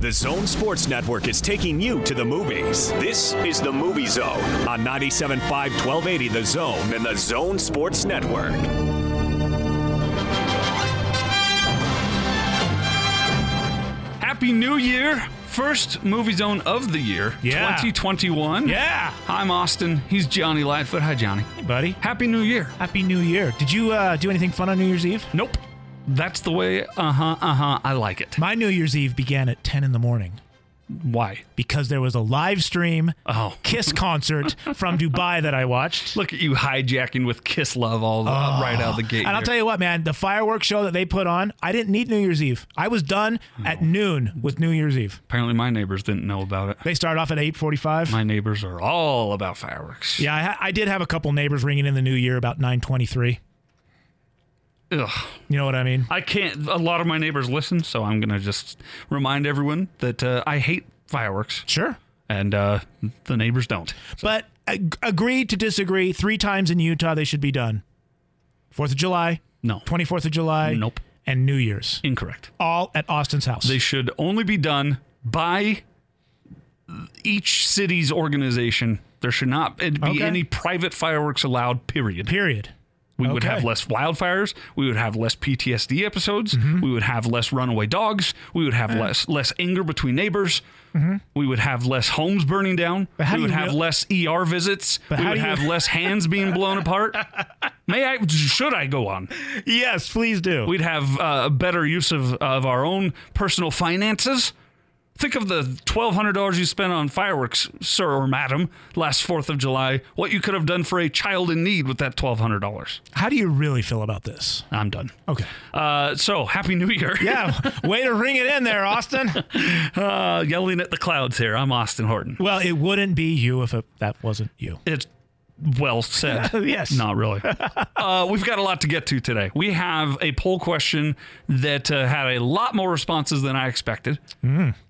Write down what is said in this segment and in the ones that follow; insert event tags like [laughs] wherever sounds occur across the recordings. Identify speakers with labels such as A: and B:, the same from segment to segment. A: The Zone Sports Network is taking you to the movies. This is the Movie Zone on 97.5 1280 The Zone and the Zone Sports Network.
B: Happy New Year! First movie zone of the year,
C: Yeah.
B: 2021.
C: Yeah.
B: Hi, I'm Austin. He's Johnny Lightfoot. Hi, Johnny.
C: Hey, buddy.
B: Happy New Year.
C: Happy New Year. Did you uh, do anything fun on New Year's Eve?
B: Nope. That's the way. Uh huh. Uh huh. I like it.
C: My New Year's Eve began at 10 in the morning
B: Why?
C: because there was a live stream
B: Oh.
C: Kiss concert from Dubai that I watched.
B: Look at you hijacking with kiss love all the, right out of the gate.
C: Ah. And I'll
B: here.
C: tell you what, man, the fireworks show that they put on, I didn't need New Year's Eve. I was done at noon with New Year's Eve.
B: Apparently, my neighbors didn't know about it.
C: They start off at 8:45.
B: My neighbors are all about fireworks.
C: yeah, I, ha- I did have a couple neighbors ringing in the new year about 9:23.
B: Ugh.
C: You know what I mean?
B: I can't. A lot of my neighbors listen, so I'm gonna just remind everyone that uh, I hate fireworks,
C: Sure.
B: and uh, the neighbors don't.
C: But ag- agree to disagree. Three times in Utah, they should be done. Fourth of July,
B: No.
C: 24th of July,
B: Nope.
C: and New Year's,
B: Incorrect.
C: all at Austin's house.
B: They should only be done by each city's organization. There should not be
C: Okay.
B: any private fireworks allowed, period.
C: Period.
B: We would
C: Okay.
B: have less wildfires. We would have less PTSD episodes.
C: Mm-hmm.
B: We would have less runaway dogs. We would have less less anger between neighbors. We would have less homes burning down.
C: Mm-hmm. But how
B: we
C: do
B: would
C: you
B: have
C: real-
B: less ER visits.
C: But
B: we
C: how
B: would
C: do you-
B: have less hands being blown
C: [laughs]
B: apart. May I? Should I go on?
C: Yes, please do.
B: We'd have uh, a better use of, of our own personal finances. Think of the $1,200 you spent on fireworks, sir or madam, last 4th of July, what you could have done for a child in need with that $1,200.
C: How do you really feel about this?
B: I'm done.
C: Okay.
B: Uh, so, Happy New Year.
C: Yeah, way to ring it in there, Austin.
B: [laughs] Uh, yelling at the clouds here. I'm Austin Horton.
C: well, it wouldn't be you if it, that wasn't you.
B: It's well said. [laughs]
C: Yes.
B: Not really. uh, we've got a lot to get to today. We have a poll question that uh, had a lot more responses than I expected.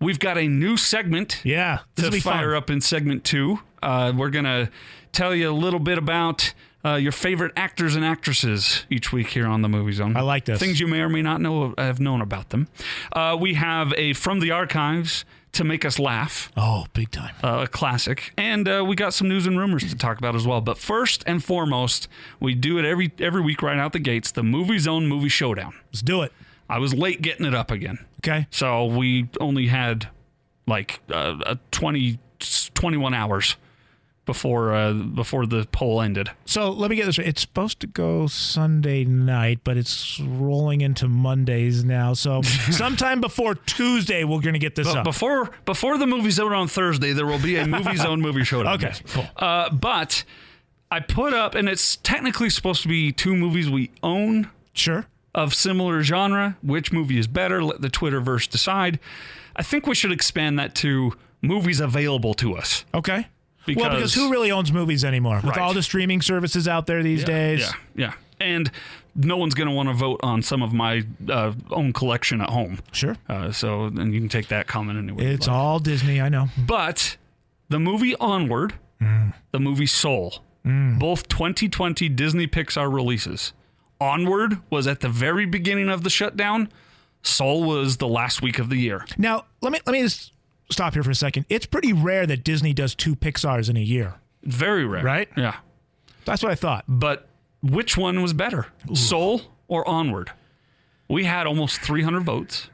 B: We've got a new segment.
C: Yeah. This
B: to
C: will be
B: fire
C: fun.
B: up in segment two. Uh, we're going to tell you a little bit about uh, your favorite actors and actresses each week here on the Movie Zone.
C: I like this.
B: Things you may or may not know have known about them. Uh, we have a From the Archives to Make Us Laugh,
C: Oh, big time.
B: uh, a classic. And uh, we got some news and rumors to talk about as well. But first and foremost, we do it every, every week right out the gates the Movie Zone Movie Showdown.
C: Let's do it.
B: I was late getting it up again.
C: Okay.
B: So we only had like uh, uh, 20, 21 hours before uh, before the poll ended.
C: So let me get this right. It's supposed to go Sunday night, but it's rolling into Mondays now. So sometime before Tuesday, we're going to get this up.
B: Before before the movie zone on Thursday, there will be a movie zone movie showdown.
C: [laughs] Okay, cool.
B: Uh, but I put up, and it's technically supposed to be two movies we own
C: sure.
B: of similar genre. Which movie is better? Let the Twitterverse decide. I think we should expand that to movies available to us.
C: Okay. well,
B: Because-
C: because who really owns movies anymore? With
B: Right.
C: all the streaming services out there these days.
B: Yeah, yeah. And no one's going to want to vote on some of my uh, own collection at home.
C: Sure.
B: Uh, so then you can take that comment anywhere. you'd
C: It's
B: like.
C: all Disney, I know.
B: But the movie Onward,
C: Mm.
B: the movie Soul, both 2020 Disney Pixar releases. Onward was at the very beginning of the shutdown. Soul was the last week of the year.
C: Now, let me let me just stop here for a second. It's pretty rare that Disney does two Pixars in a year.
B: Very rare.
C: Right?
B: Yeah.
C: That's what I thought.
B: But which one was better, Soul or Onward? We had almost 300 votes.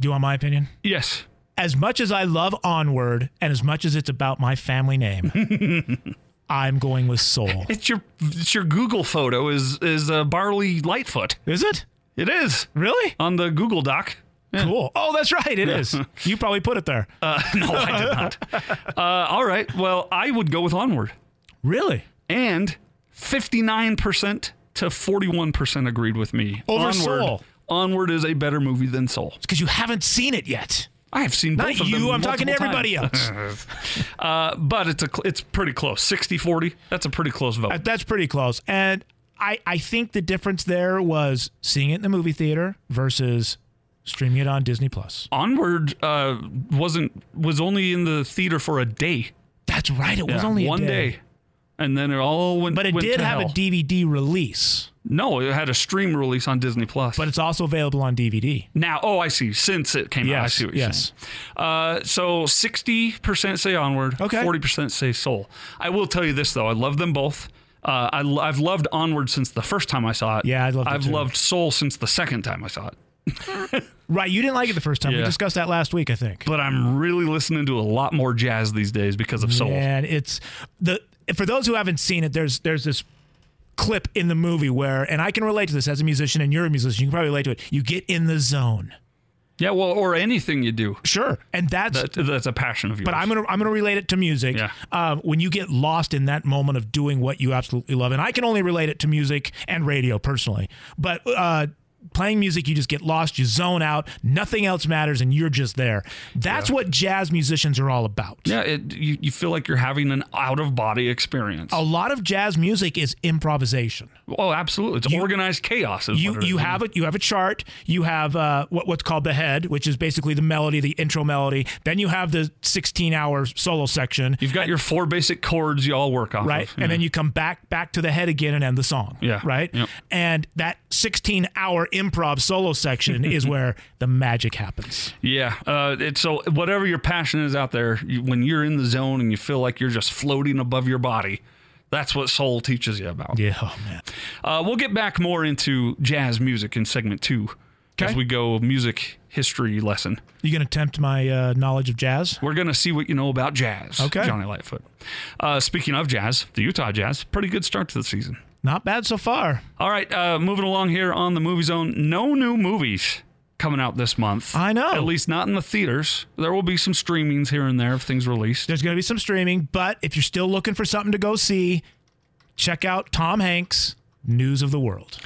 C: Do you want my opinion?
B: Yes.
C: As much as I love Onward and as much as it's about my family name,
B: [laughs]
C: I'm going with Soul.
B: It's your it's your Google photo is is uh, Barley Lightfoot.
C: Is it?
B: It is
C: Really?
B: on the Google Doc. [laughs]
C: Cool. Oh, that's right. It is. You probably put it there.
B: Uh, no, I did
C: [laughs]
B: not. Uh, all right. Well, I would go with Onward,
C: really?
B: and fifty nine percent to forty one percent agreed with me.
C: Over
B: Onward,
C: Soul.
B: Onward is a better movie than Soul.
C: It's because you haven't seen it yet.
B: I have seen
C: Not
B: both of them.
C: you. I'm talking to
B: multiple
C: everybody
B: times.
C: else.
B: Uh, but it's a cl- it's pretty close. 60-40. That's a pretty close vote.
C: Uh, That's pretty close. And I, I think the difference there was seeing it in the movie theater versus streaming it on Disney Plus.
B: Onward uh, wasn't was only in the theater for a day.
C: That's right. It was
B: Yeah,
C: only a
B: one day. and then it all went.
C: But it
B: went
C: did
B: to
C: have a
B: hell.
C: DVD release,
B: no. It had a stream release on Disney Plus.
C: but it's also available on DVD.
B: now, oh, I see. Since it came out, I
C: Yes,
B: see what you're
C: yes.
B: saying. Uh, so sixty percent say Onward.
C: Okay.
B: Forty percent say Soul. I will tell you this though. I love them both. Uh, I, have loved Onward since the first time I saw it.
C: Yeah, I loved it
B: I've
C: too.
B: loved Soul since the second time I saw it.
C: Right, you didn't like it the first time. We
B: Yeah.
C: discussed that last week, I think.
B: But I'm really listening to a lot more jazz these days because of Soul.
C: And it's the for those who haven't seen it, there's there's this clip in the movie where and I can relate to this as a musician and you're a musician, you can probably relate to it. You get in the zone.
B: Yeah, well, or anything you do.
C: Sure. And that's
B: That, that's a passion of yours.
C: but I'm gonna I'm gonna relate it to music.
B: Yeah.
C: Um, when you get lost in that moment of doing what you absolutely love, and I can only relate it to music and radio personally, but uh, playing music, you just get lost, you zone out, nothing else matters, and you're just there. That's what jazz musicians are all about.
B: Yeah, it, you, you feel like you're having an out of body experience.
C: A
B: Oh,
C: lot of jazz music is improvisation.
B: absolutely. It's organized chaos. Is
C: You
B: what it
C: you
B: is.
C: have a you have a chart. You have uh, what what's called the head, which is basically the melody, the intro melody. Then you have the 16 hour solo section,
B: You've got your four basic chords you all work off
C: right?
B: of.
C: And then you come back back to the head again and end the song,
B: Yeah.
C: right?
B: Yep.
C: And that 16 hour improv solo section [laughs] is where the magic happens.
B: yeah. Uh, it's, so whatever your passion is out there, you, when you're in the zone and you feel like you're just floating above your body, that's what soul teaches you about.
C: Yeah, oh, man.
B: Uh, we'll get back more into jazz music in segment two as
C: Okay.
B: we go music history lesson.
C: You gonna tempt my uh, knowledge of jazz?
B: We're going to see what you know about jazz,
C: Okay.
B: Johnny Lightfoot. Uh, speaking of jazz, the Utah Jazz, pretty good start to the season.
C: Not bad so far.
B: All right, uh, moving along here on the Movie Zone. No new movies coming out this month.
C: I know.
B: At least not in the theaters. There will be some streamings here and there of things released.
C: There's going to be some streaming, but if you're still looking for something to go see, check out Tom Hanks' News of the World.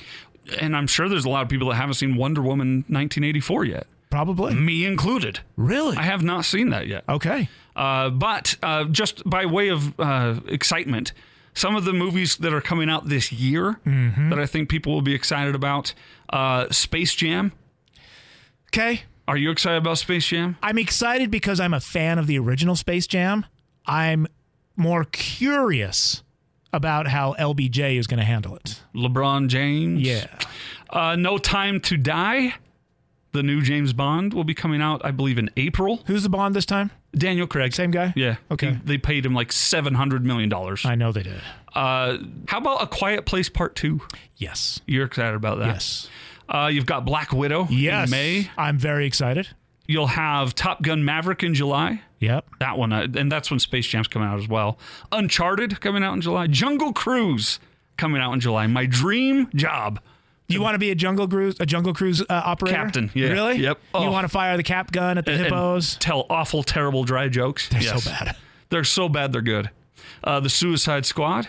B: And I'm sure there's a lot of people that haven't seen Wonder Woman 1984 yet,
C: Probably.
B: me included.
C: Really?
B: I have not seen that yet.
C: okay.
B: Uh, but uh, just by way of uh, excitement, some of the movies that are coming out this year
C: Mm-hmm.
B: that I think people will be excited about uh, Space Jam.
C: Okay.
B: Are you excited about Space Jam?
C: I'm excited because I'm a fan of the original Space Jam. I'm more curious about how LBJ is going to handle it.
B: LeBron James? Uh, no Time to Die, the new James Bond, will be coming out, I believe, in April.
C: Who's the Bond this time?
B: Daniel Craig.
C: Same guy?
B: Yeah.
C: Okay.
B: He- they paid him like $700 million.
C: I know they did.
B: Uh, how about A Quiet Place Part 2?
C: Yes.
B: You're excited about that.
C: Yes.
B: Uh, you've got Black Widow
C: Yes.
B: in May.
C: I'm very excited.
B: You'll have Top Gun Maverick in July.
C: Yep.
B: That one, uh, and that's when Space Jam's coming out as well. Uncharted coming out in July. Jungle Cruise coming out in July. My dream job.
C: You want to be a jungle cruise, a jungle cruise uh, operator,
B: Captain, yeah.
C: Really?
B: Yep. Oh.
C: You want to fire the cap gun at the
B: and
C: hippos?
B: tell awful, terrible, dry jokes. They're
C: So bad.
B: They're so bad. They're good. Uh, the Suicide Squad.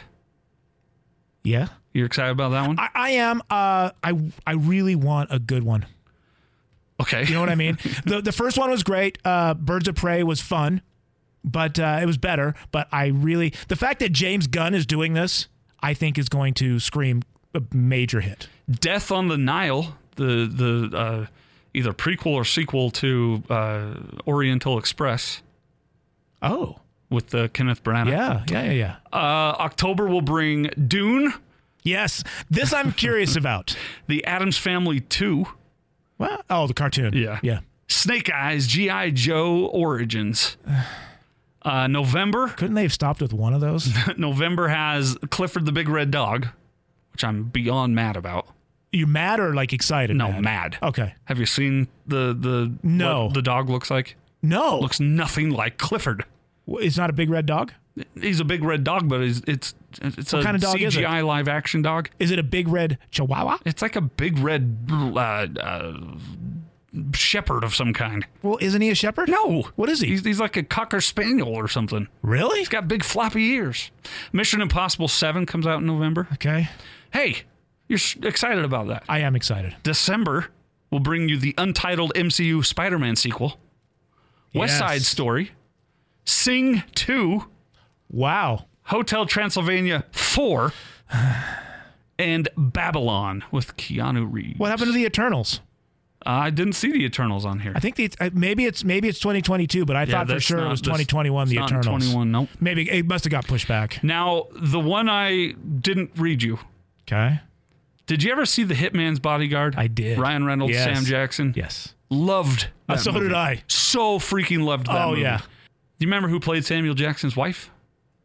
C: Yeah.
B: You're excited about that one?
C: I, I am. Uh, I I really want a good one.
B: okay.
C: You know what I mean? the The first one was great. Uh, Birds of Prey was fun, but uh, it was better. But I really the fact that James Gunn is doing this, I think, is going to scream a major hit.
B: Death on the Nile. The the uh, either prequel or sequel to uh, Oriental Express
C: Oh,
B: with uh, Kenneth Branagh.
C: yeah, yeah, yeah, yeah.
B: Uh, October will bring Dune,
C: Yes, this I'm
B: [laughs]
C: curious about.
B: The Adams Family Two,
C: Well, oh, the cartoon.
B: Yeah.
C: yeah.
B: Snake Eyes, GI Joe Origins. [sighs] Uh, November. [laughs]
C: Couldn't they have stopped with one of those?
B: November has Clifford the Big Red Dog, which I'm beyond mad about.
C: you mad or like excited?
B: No,
C: mad.
B: mad.
C: Okay.
B: Have you seen the the
C: No.
B: what the dog looks like?
C: No,
B: Looks nothing like Clifford.
C: W- it's not a big red dog.
B: He's a big red dog, but he's, it's it's a
C: kind of dog
B: CGI
C: is it?
B: live action dog.
C: Is it a big red
B: [laughs]
C: chihuahua?
B: It's like a big red uh, uh, shepherd of some kind.
C: Well, isn't he a shepherd?
B: No,
C: What is he?
B: He's, he's like a cocker spaniel or something.
C: Really?
B: He's got big floppy ears. Mission Impossible Seven comes out in November.
C: Okay.
B: Hey, you're s- excited about that?
C: I am excited.
B: December will bring you the untitled MCU Spider Man sequel, West
C: Yes.
B: Side Story, Sing 2,
C: Wow.
B: Hotel Transylvania 4, and Babylon with Keanu Reeves.
C: What happened to the Eternals?
B: I didn't see the Eternals on here.
C: I think the uh, maybe it's maybe it's 2022, but I thought for
B: that's
C: sure it
B: not-
C: was
B: that's-
C: 2021.
B: it's
C: The
B: not in
C: Eternals.
B: 21, nope.
C: Maybe it must have got pushed back.
B: Now, the one I didn't read you.
C: Okay.
B: Did you ever see The Hitman's Bodyguard?
C: I did.
B: Ryan Reynolds,
C: Yes.
B: Sam Jackson.
C: Yes.
B: Loved.
C: Uh,
B: that
C: so
B: movie.
C: did I.
B: So freaking loved that
C: oh
B: movie.
C: yeah.
B: Do you remember who played Samuel Jackson's wife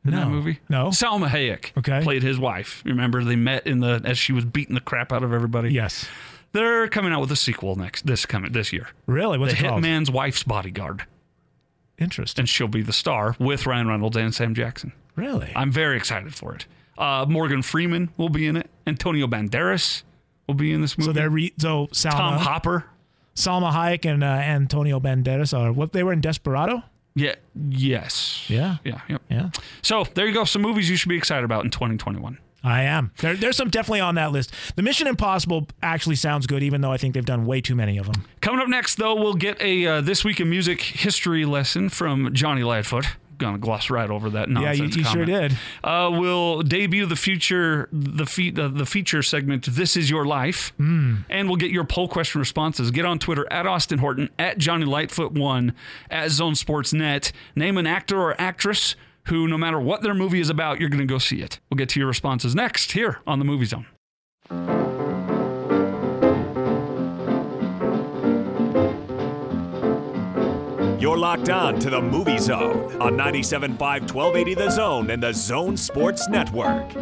B: in
C: No.
B: that movie?
C: No.
B: Salma Hayek
C: Okay.
B: played his wife. Remember they met in the as she was beating the crap out of everybody.
C: Yes.
B: They're coming out with a sequel next this coming this year.
C: Really? What's
B: The
C: it called?
B: Hitman's Wife's Bodyguard.
C: Interesting.
B: And she'll be the star with Ryan Reynolds and Sam Jackson.
C: Really?
B: I'm very excited for it. Uh, Morgan Freeman will be in it. Antonio Banderas will be in this movie.
C: so they're re- so Salma,
B: Tom Hopper.
C: Salma Hayek and uh, Antonio Banderas are what they were in Desperado.
B: Yeah. Yes.
C: Yeah.
B: Yeah. Yep.
C: Yeah.
B: So there you go. Some movies you should be excited about in 2021.
C: I am. There, there's some definitely on that list. The Mission Impossible actually sounds good, even though I think they've done way too many of them.
B: Coming up next, though, we'll get a uh, this week in music history lesson from Johnny Lightfoot. Gonna gloss right over that
C: yeah,
B: nonsense.
C: you, you sure
B: comment.
C: did.
B: Uh, we'll debut the future the fe- uh, the feature segment. This is your life, and we'll get your poll question responses. Get on Twitter at Austin Horton at Johnny Lightfoot one at Zone Sports Net. Name an actor or actress who, no matter what their movie is about, you're going to go see it. We'll get to your responses next here on the Movie Zone.
A: You're locked on to the Movie Zone on 97.5 1280 The Zone and the Zone Sports Network.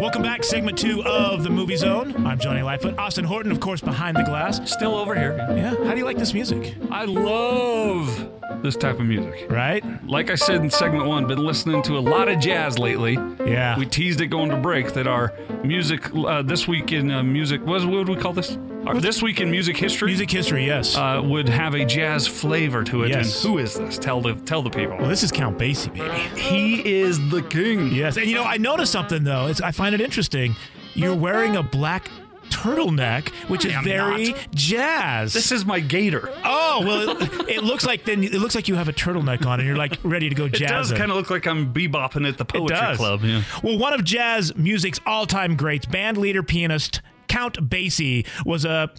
C: Welcome back, segment two of the Movie Zone. I'm Johnny Lightfoot. Austin Horton, of course, behind the glass.
B: Still over here.
C: Yeah. How do you like this music?
B: I love this type of music.
C: Right?
B: Like I said in segment one, been listening to a lot of jazz lately.
C: Yeah.
B: We teased it going to break that our music uh, this week in uh, music was what would we call this? Our, this week in music history
C: music history, yes.
B: uh, would have a jazz flavor to it.
C: Yes.
B: And who is this? Tell the tell the
C: well,
B: people.
C: this is Count Basie, baby.
B: He is the king.
C: Yes. And you know, I noticed something though. It's, I find it interesting. You're wearing a black turtleneck, which is
B: I am
C: very jazz.
B: This is my gator.
C: oh well, it, it looks like then it looks like you have a turtleneck on, and you're like ready to go jazz.
B: [laughs] It does kind of look like I'm bebopping at the poetry club. Yeah.
C: Well, one of jazz music's all-time greats, band leader, pianist Count Basie, was a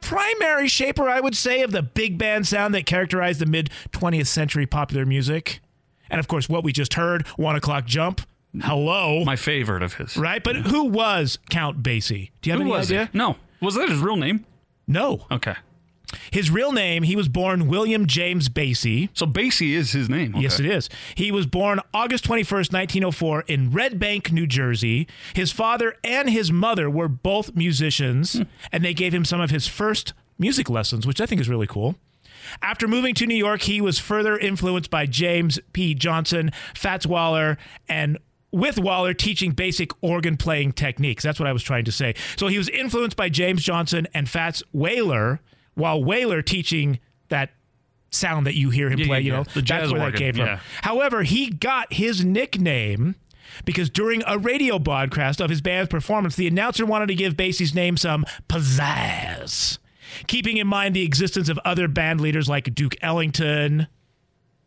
C: primary shaper, I would say, of the big band sound that characterized the mid-20th century popular music. And of course, what we just heard, "One O'clock Jump." Hello,
B: My favorite of his.
C: right? But who was Count Basie? Do you have
B: Who
C: any
B: was
C: idea?
B: it? No. Was that his real name?
C: No.
B: Okay.
C: His real name, he was born William James Basie.
B: So Basie is his name. Okay.
C: Yes, it is. He was born August 21st, 1904, in Red Bank, New Jersey. His father and his mother were both musicians,
B: Hmm.
C: and they gave him some of his first music lessons, which I think is really cool. After moving to New York, he was further influenced by James P. Johnson, Fats Waller, and with Waller teaching basic organ playing techniques. That's what I was trying to say. So he was influenced by James Johnson and Fats Whaler, while Whaler teaching that sound that you hear him
B: Yeah,
C: play,
B: yeah,
C: you
B: yeah.
C: know.
B: The jazz
C: That's where that
B: organ,
C: came from.
B: yeah.
C: However, he got his nickname because during a radio broadcast of his band's performance, the announcer wanted to give Basie's name some pizzazz, keeping in mind the existence of other band leaders like Duke Ellington.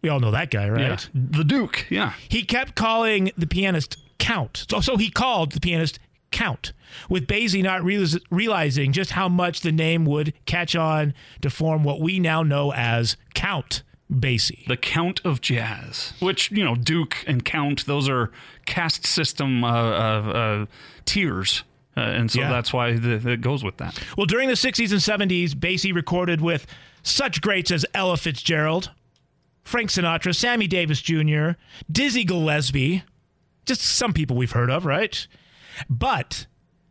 C: We all know that guy, right?
B: Yeah. The Duke. Yeah.
C: He kept calling the pianist Count. So, so he called the pianist Count, with Basie not realis realizing just how much the name would catch on to form what we now know as Count Basie.
B: The Count of Jazz, which you know, Duke and Count, those are caste system uh, uh, uh, tiers, uh, and so
C: Yeah.
B: that's why the, it goes with that.
C: Well, during the 60s and 70s, Basie recorded with such greats as Ella Fitzgerald, Frank Sinatra, Sammy Davis Jr., Dizzy Gillespie, just some people we've heard of, right? But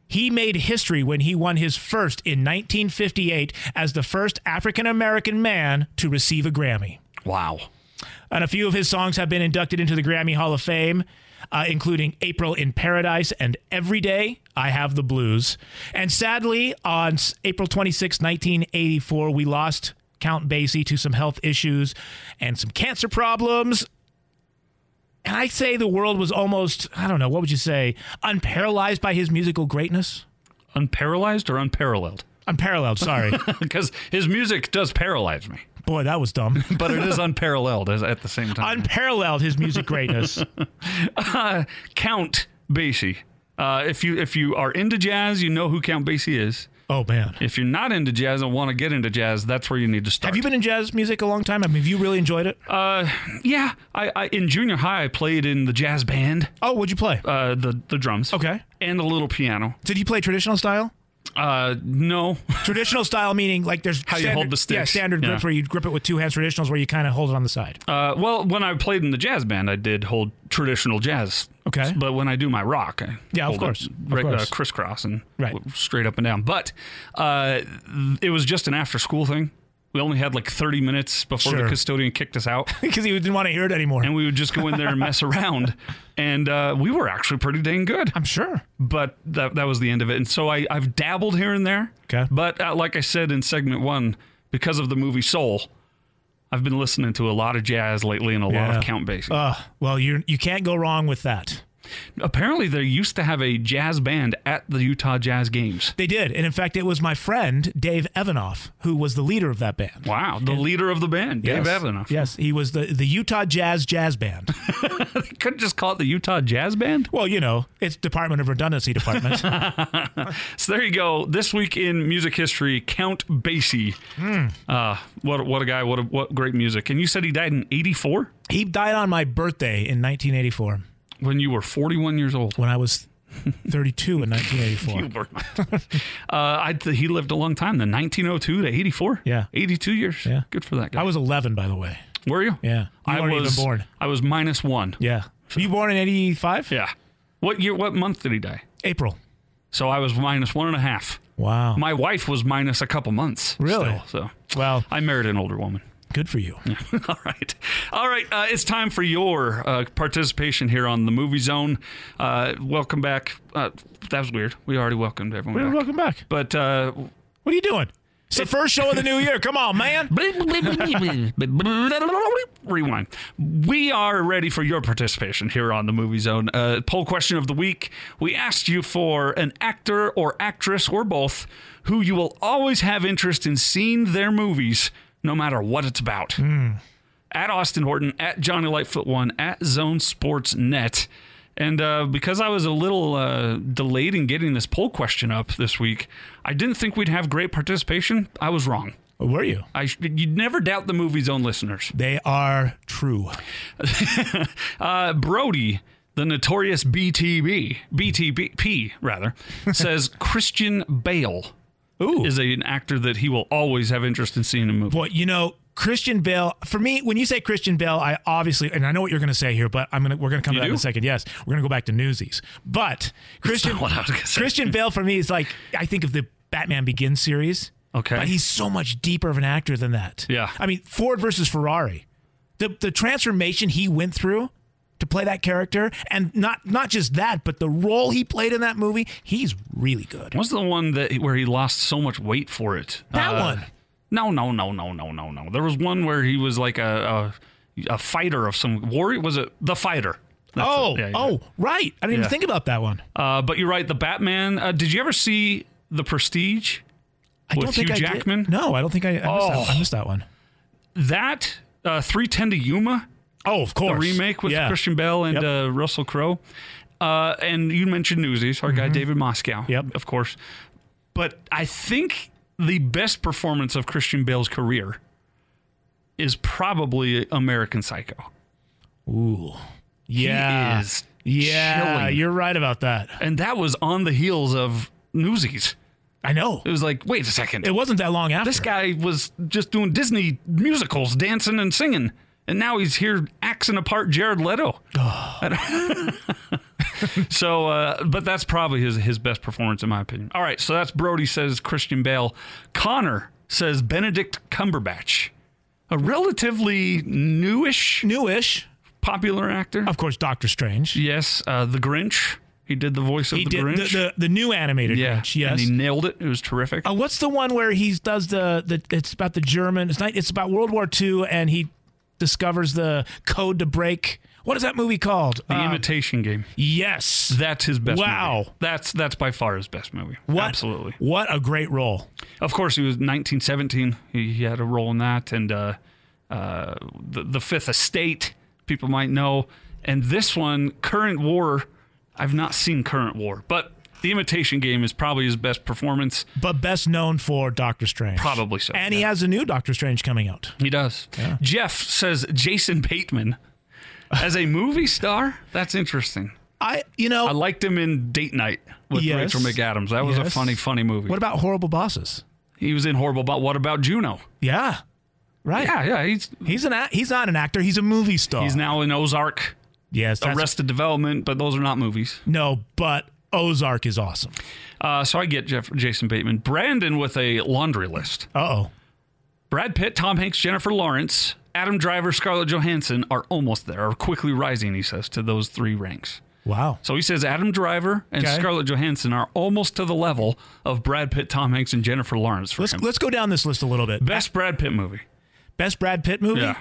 C: he made history when he won his first in 1958 as the first African American man to receive a Grammy.
B: Wow.
C: And a few of his songs have been inducted into the Grammy Hall of Fame, uh, including April in Paradise and Every Day I Have the Blues. And sadly, on s- April 26, 1984, we lost Count Basie to some health issues and some cancer problems. And I'd say the world was almost, I don't know, what would you say, unparalyzed by his musical greatness?
B: Unparalyzed or unparalleled? [laughs]
C: Unparalleled, sorry.
B: Because his music does paralyze me,
C: Boy, that was dumb.
B: but it
C: [laughs]
B: is unparalleled as, at the [laughs] same time.
C: Unparalleled his music greatness.
B: Count Basie. Uh, Uh, if you if you are into jazz, you know who Count Basie is.
C: Oh man.
B: If you're not into jazz and want to get into jazz, that's where you need to start.
C: Have you been in jazz music a long time? I mean, have you really enjoyed it?
B: Uh, yeah, I, I in junior high I played in the jazz band,
C: oh, what'd you play?
B: uh, the the drums,
C: okay.
B: and a little piano.
C: Did you play traditional style?
B: Uh, no,
C: Traditional style meaning like there's how
B: you hold the
C: Yeah,
B: sticks.
C: standard grips
B: Yeah.
C: where you grip it with two hands. Traditionals where you kind of hold it on the side. [laughs]
B: Uh, well, when I played in the jazz band, I did hold traditional jazz.
C: Okay.
B: But when I do my rock, I
C: Yeah, of
B: hold
C: course,
B: it
C: of
B: reg-
C: course.
B: Uh, crisscross and
C: Right.
B: w- straight up and down. But uh, th- it was just an after-school thing. We only had like 30 minutes before
C: Sure.
B: the custodian kicked us out,
C: Because you didn't want to hear it anymore.
B: and we would just go in there and mess around. And uh, we were actually pretty dang good.
C: I'm sure.
B: But that that was the end of it. And so I I've dabbled here and there.
C: Okay.
B: But uh, like I said in segment one, because of the movie Soul. I've been listening to a lot of jazz lately and a lot
C: Yeah.
B: of count bass.
C: Uh, well, you you can't go wrong with that.
B: Apparently, they used to have a jazz band at the Utah Jazz Games.
C: They did, and in fact, it was my friend Dave Evanoff who was the leader of that band.
B: Wow, the leader of the band, Dave
C: yes.
B: Evanoff.
C: Yes, he was the the Utah Jazz Jazz Band.
B: [laughs] They couldn't just call it the Utah Jazz Band.
C: well, you know, it's Department of Redundancy
B: [laughs]
C: Department.
B: So there you go. This week in music history, Count Basie.
C: Hmm.
B: Uh, what what a guy! What a, what great music! And you said he died in '84
C: he died on my birthday in 1984
B: when you were 41 years old.
C: when I was 32 in 1984.
B: [laughs] uh, I th- he lived a long time. The 1902 to '84.
C: Yeah.
B: 82 years.
C: Yeah.
B: good for that guy.
C: I was 11, by the way.
B: Were you?
C: Yeah, you
B: I
C: weren't
B: was
C: even born.
B: I was minus one.
C: Yeah, were you born in 85?
B: Yeah. What year? What month did he die?
C: April.
B: So I was minus one and a half.
C: Wow.
B: My wife was minus a couple months.
C: Really?
B: Still, so
C: well,
B: I married an older woman. [laughs]
C: good for you.
B: All right. All right. Uh, it's time for your uh, participation here on the Movie Zone. Uh, welcome back. Uh, that was weird. We already welcomed everyone back.
C: Welcome back.
B: But uh,
C: What are you doing? It's the first show of the new year. Come on, man. [laughs]
B: Rewind. We are ready for your participation here on the Movie Zone. Uh, poll question of the week. We asked you for an actor or actress or both who you will always have interest in seeing their movies, no matter what it's about. At Austin Horton, at Johnny Lightfoot One, at Zone Sports Net. And uh, because I was a little uh, delayed in getting this poll question up this week, I didn't think we'd have great participation. I was wrong.
C: Were you?
B: I sh- you'd never doubt the movie's own listeners.
C: They are true.
B: Uh, Brody, the notorious BTB, BTP
C: [laughs]
B: rather, says Christian Bale
C: Ooh.
B: is an actor that he will always have interest in seeing in a movie.
C: Boy, you know, Christian Bale. For me, when you say Christian Bale, I obviously, and I know what you're going to say here, but I'm gonna we're gonna come to that in
B: do?
C: a second. Yes, we're gonna go back to Newsies, but
B: [laughs]
C: Christian
B: what I was gonna say.
C: Christian Bale for me is like I think of the Batman Begins series.
B: Okay.
C: but he's so much deeper of an actor than that.
B: Yeah.
C: I mean Ford versus Ferrari, the the transformation he went through to play that character, and not not just that, but the role he played in that movie, he's really good.
B: What's the one that where he lost so much weight for it? Uh,
C: That one.
B: No, no, no, no, no, no, no. There was one where he was like a a, a fighter of some warrior. Was it the fighter? That's it.
C: oh,
B: Yeah, yeah.
C: oh, right. I didn't
B: Yeah.
C: even think about that one.
B: Uh, but you're right. The Batman. Uh, did you ever see The Prestige?
C: I
B: With
C: don't think
B: Hugh
C: I did-
B: Jackman? Oh.
C: No, I don't think I, I, missed, that one. I missed that one.
B: That uh, 310 to Yuma
C: Oh, of course.
B: remake with
C: Yeah.
B: Christian Bell and
C: Yep.
B: uh, Russell Crowe. Uh, and you mentioned Newsies, our guy David Moscow,
C: Mm-hmm. Yep.
B: of course. But I think the best performance of Christian Bale's career is probably American Psycho.
C: Ooh. Yeah.
B: is
C: yeah,
B: chilling.
C: you're right about that.
B: And that was on the heels of Newsies.
C: I know.
B: It was like, wait a second.
C: It wasn't that long after.
B: this guy was just doing Disney musicals, dancing and singing. And now he's here axing apart Jared Leto. [laughs] so, uh, but that's probably his, his best performance, in my opinion. All right, so that's Brody says Christian Bale. Connor says Benedict Cumberbatch, a relatively newish
C: newish.
B: popular actor.
C: Of course, Doctor Strange.
B: Yes, uh, The Grinch. He did the voice of
C: he
B: The
C: did
B: Grinch.
C: the, the, the new animated
B: yeah,
C: Grinch. Yes.
B: and he nailed it. It was terrific.
C: uh, what's the one where he does the, the it's about the German it's not it's about World War II and he discovers the code to break. What is that movie called?
B: the
C: Uh,
B: Imitation Game.
C: yes.
B: That's his best.
C: Wow.
B: movie. that's that's by far his best movie.
C: What-
B: Absolutely.
C: What a great role.
B: Of course, he was 1917. He, he had a role in that, and uh, uh, the, the Fifth Estate. People might know, and this one, current war I've not seen Current War, but The Imitation Game is probably his best performance.
C: but best known for Doctor Strange.
B: Probably so,
C: And he
B: yeah.
C: has a new Doctor Strange coming out.
B: He does. Jeff says Jason Bateman as a movie star. That's interesting.
C: I, you know,
B: I liked him in Date Night with
C: Yes.
B: Rachel McAdams. That was a
C: Yes.
B: funny, funny movie.
C: what about horrible bosses?
B: he was in Horrible. But what about Juno?
C: Yeah, right.
B: Yeah, yeah. He's
C: He's an act, he's not an actor. He's a movie star.
B: he's now in Ozark,
C: yes. That's,
B: Arrested Development, but those are not movies.
C: no, but Ozark is awesome.
B: Uh, so I get Jeff, Jason Bateman, Brandon with a laundry list.
C: Uh oh.
B: Brad Pitt, Tom Hanks, Jennifer Lawrence, Adam Driver, Scarlett Johansson are almost there, are quickly rising. He says to those three ranks.
C: Wow.
B: So he says Adam Driver and
C: Okay.
B: Scarlett Johansson are almost to the level of Brad Pitt, Tom Hanks, and Jennifer Lawrence for
C: Let's
B: him.
C: let's go down this list a little bit.
B: Best Brad Pitt movie.
C: Best Brad Pitt movie.
B: Yeah.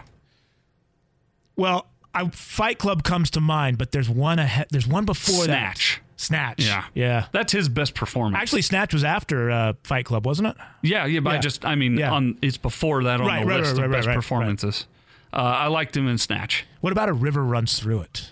C: Well, I, Fight Club comes to mind, but there's one ahead. There's one before
B: Snatch.
C: that. Snatch.
B: Yeah.
C: Yeah.
B: That's his best performance.
C: Actually, Snatch was after uh, Fight Club, wasn't it?
B: yeah, yeah, but I
C: yeah.
B: just, I mean,
C: Yeah.
B: on, it's before that on
C: Right,
B: the
C: right,
B: list
C: right,
B: of
C: right,
B: best
C: right, right.
B: performances. Uh, I liked him in Snatch.
C: What about A River Runs Through It?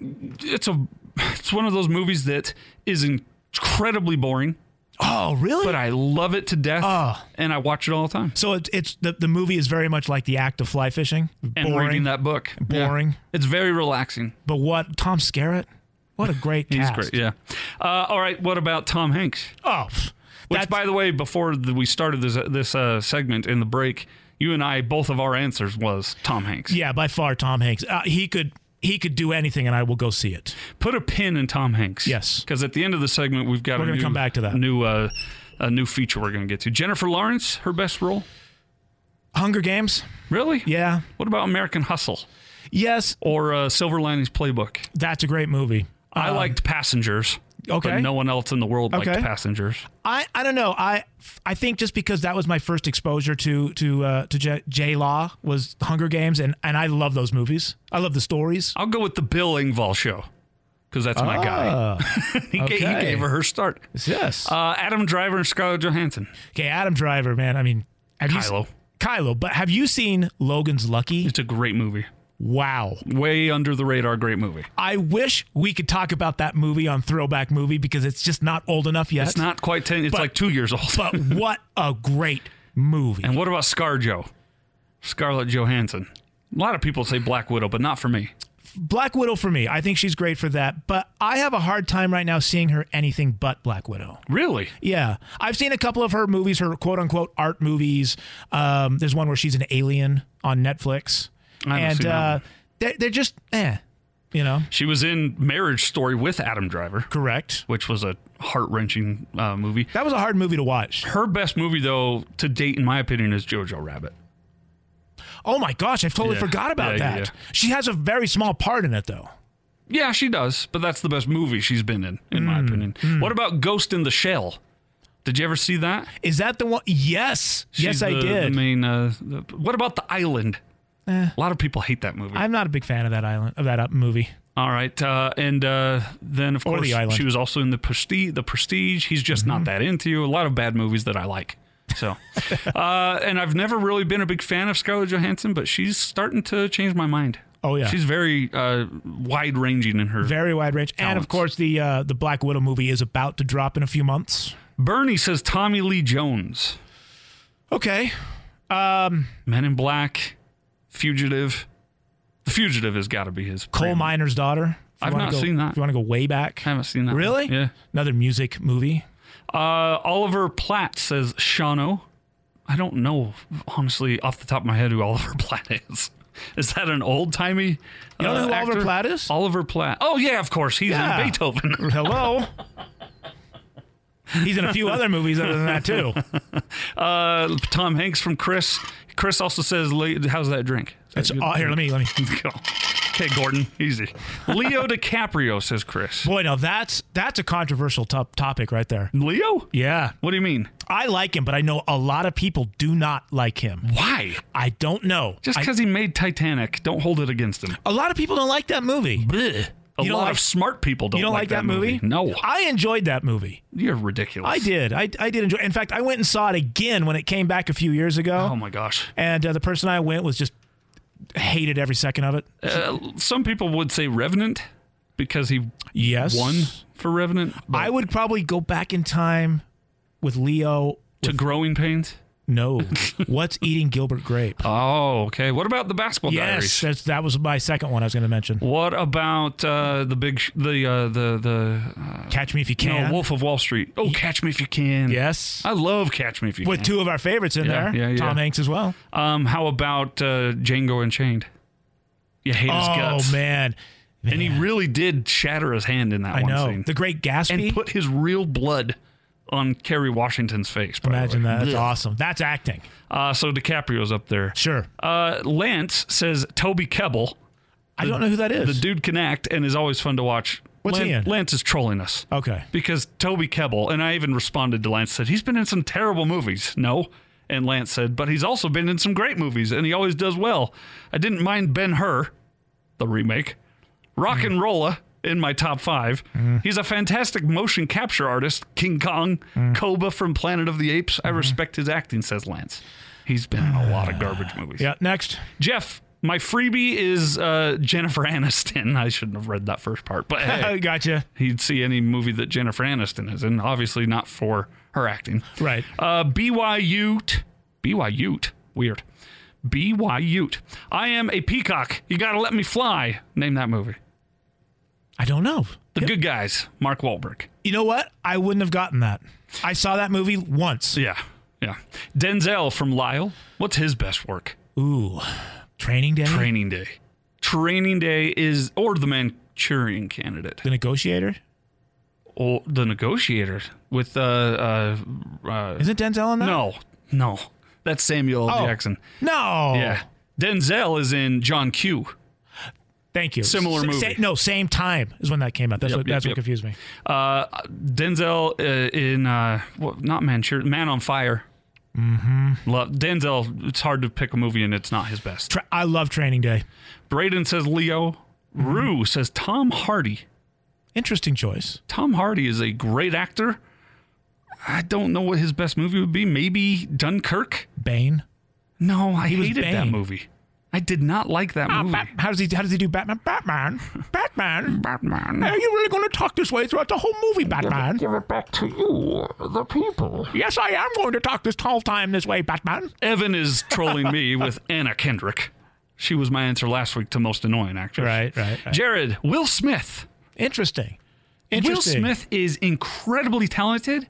B: It's a, it's one of those movies that is incredibly boring,
C: Oh, really?
B: but I love it to death,
C: Ah.
B: and I watch it all the time.
C: so it, it's the the movie is very much like the act of fly fishing.
B: And
C: boring.
B: reading that book, Yeah.
C: Boring.
B: It's very relaxing.
C: But what Tom Skerritt? What a great
B: He's
C: cast.
B: great. Yeah. Uh, all right. What about Tom Hanks?
C: Oh, pff,
B: Which,
C: that's,
B: by the way, before the, we started this this uh, segment in the break, you and I both of our answers was Tom Hanks.
C: yeah, by far Tom Hanks. Uh, he could he could do anything, and I will go see it.
B: Put a pin in Tom Hanks.
C: Yes.
B: Because at the end of the segment, we've got
C: We're
B: a
C: gonna
B: new-
C: come back to that.
B: new uh, a new feature we're going to get to. Jennifer Lawrence, her best role,
C: Hunger Games.
B: really?
C: Yeah.
B: What about American Hustle
C: Yes,
B: or uh, Silver Linings Playbook?
C: that's a great movie.
B: I liked Passengers.
C: Uh, okay.
B: But no one else in the world
C: Okay.
B: liked Passengers.
C: I, I don't know. I I think just because that was my first exposure to to uh, to J, J Law was Hunger Games, and and I love those movies. I love the stories.
B: I'll go with the Bill Engvall show because that's my guy. [laughs] he, gave, he
C: Ah, okay.
B: gave her her start.
C: Yes.
B: Uh, Adam Driver and Scarlett Johansson.
C: okay, Adam Driver, man. I mean, have you
B: Kylo.
C: s- Kylo, but have you seen Logan's Lucky?
B: It's a great movie.
C: Wow.
B: Way under the radar, great movie.
C: I wish we could talk about that movie on Throwback Movie because it's just not old enough yet.
B: It's not quite 10, it's
C: But-
B: like two years old.
C: But what a great movie.
B: and what about ScarJo? Scarlett Johansson. A lot of people say Black Widow, but not for me.
C: Black Widow for me. I think she's great for that, but I have a hard time right now seeing her anything but Black Widow.
B: Really?
C: Yeah, I've seen a couple of her movies, her quote unquote art movies. Um, there's one where she's an alien on Netflix,
B: I haven't
C: and
B: seen that
C: uh,
B: one.
C: they're, they're just eh, you know,
B: She was in Marriage Story with Adam Driver,
C: correct.
B: which was a heart wrenching uh, movie.
C: That was a hard movie to watch.
B: Her best movie, though, to date, in my opinion, is Jojo Rabbit.
C: Oh my gosh, I've totally
B: Yeah.
C: forgot about
B: Yeah, yeah,
C: that.
B: yeah.
C: She has a very small part in it though.
B: Yeah, she does, but that's the best movie she's been in, in my
C: Hmm,
B: opinion. What about Ghost in the Shell? Did you ever see that?
C: Is that the one? Yes, yes,
B: She's
C: I
B: the-
C: did. Eh.
B: The main, uh, the- what about the island? a lot of people hate that movie.
C: I'm not a big fan of that island of that uh, movie.
B: All right, uh, and uh, then of
C: Or
B: course
C: The Island. Mm-hmm.
B: she was also in the Prestige. The Prestige. He's just not that into you. A lot of bad movies that I like.
C: [laughs]
B: So, uh, and I've never really been a big fan of Scarlett Johansson, but she's starting to change my mind.
C: Oh yeah,
B: She's very uh, wide ranging in her.
C: very wide range, and of
B: Talents.
C: course the uh, the Black Widow movie is about to drop in a few months.
B: Bernie says Tommy Lee Jones,
C: Okay,
B: Men in Black, Fugitive. The Fugitive has got to be his.
C: Coal
B: brand.
C: Miner's Daughter. If you
B: I've
C: wanna
B: not
C: go-
B: seen that.
C: If you want to go way back,
B: I haven't seen that. one.
C: Really?
B: Yeah.
C: Another music movie.
B: Uh, Oliver Platt says Shano. I don't know, honestly, off the top of my head, who Oliver [laughs] Platt is. Is that an old timey?
C: You don't know who Oliver Platt is?
B: Oliver Platt. Oh yeah, of course. He's
C: Yeah.
B: in
C: [laughs]
B: Beethoven.
C: Hello. He's in a few other movies other than
B: [laughs]
C: that too.
B: Uh, Tom Hanks from Chris. Chris also says, "La- "How's that drink?" [laughs] Is that
C: It's
B: good?
C: oh, here. Let me. Let me.
B: Go. Okay, Gordon, easy.
C: [laughs]
B: Leo DiCaprio says Chris.
C: Boy, now that's that's a controversial top, topic right there.
B: Leo?
C: Yeah,
B: What do you mean?
C: I like him, but I know a lot of people do not like him.
B: Why?
C: I don't know.
B: Just
C: I-
B: because he made Titanic, don't hold it against him.
C: a lot of people don't like that movie.
B: Bleh. A
C: You
B: lot
C: don't like-
B: of smart people don't,
C: You don't like, that movie?
B: No,
C: I enjoyed that movie.
B: you're ridiculous.
C: I did. I, I did enjoy. In fact, I went and saw it again when it came back a few years ago,
B: Oh my gosh.
C: and uh, the person I went was just hated every second of it.
B: Uh, some people would say Revenant. because he
C: Yes.
B: won for Revenant but
C: I would probably go back in time with Leo.
B: to Growing Pains? [laughs]
C: No. What's eating Gilbert Grape?
B: Oh, okay. What about the basketball
C: yes,
B: diaries?
C: that's, that was my second one I was going to mention.
B: What about uh, the big sh- the uh, the the uh,
C: Catch Me If You
B: no,
C: Can.
B: Wolf of Wall Street? Oh, Catch Me If You Can.
C: Yes.
B: I love Catch Me If You
C: With
B: Can.
C: two of our favorites in
B: Yeah,
C: there,
B: yeah, yeah.
C: Tom Hanks as well.
B: um, how about uh, Django Unchained? You hate his
C: Oh
B: guts,
C: man,
B: and he really did shatter his hand in that
C: I
B: one
C: know
B: scene,
C: the Great Gatsby.
B: and put his real blood on Kerry Washington's face. by the
C: Imagine
B: way.
C: that. That's awesome. That's acting.
B: Uh, so DiCaprio's up there.
C: Sure.
B: Uh, Lance says Toby Kebbell.
C: I don't know who that
B: The
C: is.
B: dude can act and is always fun to watch.
C: What's he in?
B: Lance is trolling us.
C: okay.
B: Because Toby Kebbell, and I even responded to Lance, said, he's been in some terrible movies. No. And Lance said, but he's also been in some great movies and he always does well. I didn't mind Ben Hur, the remake, Rock and Rolla in my top five. He's a fantastic motion capture artist, King Kong, Koba from Planet of the Apes. I respect his acting, says Lance. He's been in a lot of garbage movies.
C: Yeah. Next.
B: Jeff, my freebie is uh, Jennifer [laughs] Aniston. I shouldn't have read that first part, but hey,
C: [laughs] gotcha.
B: he'd see any movie that Jennifer Aniston is in. Obviously, not for her acting.
C: Right.
B: Uh, BYU. BYU. Weird. BYU. I am a peacock. You gotta let me fly. Name that movie.
C: I don't know.
B: The Good Guys. Mark Wahlberg.
C: You know what? I wouldn't have gotten that. I saw that movie once.
B: Yeah. Yeah. Denzel from Lyle. What's his best work?
C: Ooh. Training Day.
B: Training Day. Training Day is, or The Manchurian Candidate.
C: the Negotiator.
B: Oh, the negotiator with uh, uh, uh
C: Isn't Denzel in that?
B: no, no, that's Samuel L.
C: Oh.
B: Jackson.
C: No.
B: Yeah, Denzel is in John Q.
C: Thank you.
B: Similar movie.
C: no, same time is when that came out. That's
B: Yep,
C: what
B: yep,
C: that's
B: yep.
C: what confused me.
B: Uh, Denzel uh, in uh, what, not Manchur, Man on Fire. Mm-hmm. Love Denzel. It's hard to pick a movie and it's not his best.
C: Tra- I love Training Day.
B: Braden says Leo. Rue says Tom Hardy.
C: Interesting choice.
B: Tom Hardy is a great actor. I don't know what his best movie would be. Maybe Dunkirk.
C: Bane.
B: No, I
C: was
B: hated that
C: Bane.
B: movie. I did not like that movie.
C: Bat- how does he how does he do Batman? Batman. Batman.
B: Batman.
C: Are you really going to talk this way throughout the whole movie, Batman?
D: give it back to you, the people.
C: Yes, I am going to talk this whole time this way, Batman.
B: Evan is trolling
C: [laughs]
B: me with Anna Kendrick. She was my answer last week to most annoying actress.
C: Right, right, right.
B: Jared, Will Smith.
C: Interesting.
B: Will
C: Interesting.
B: Smith is incredibly talented,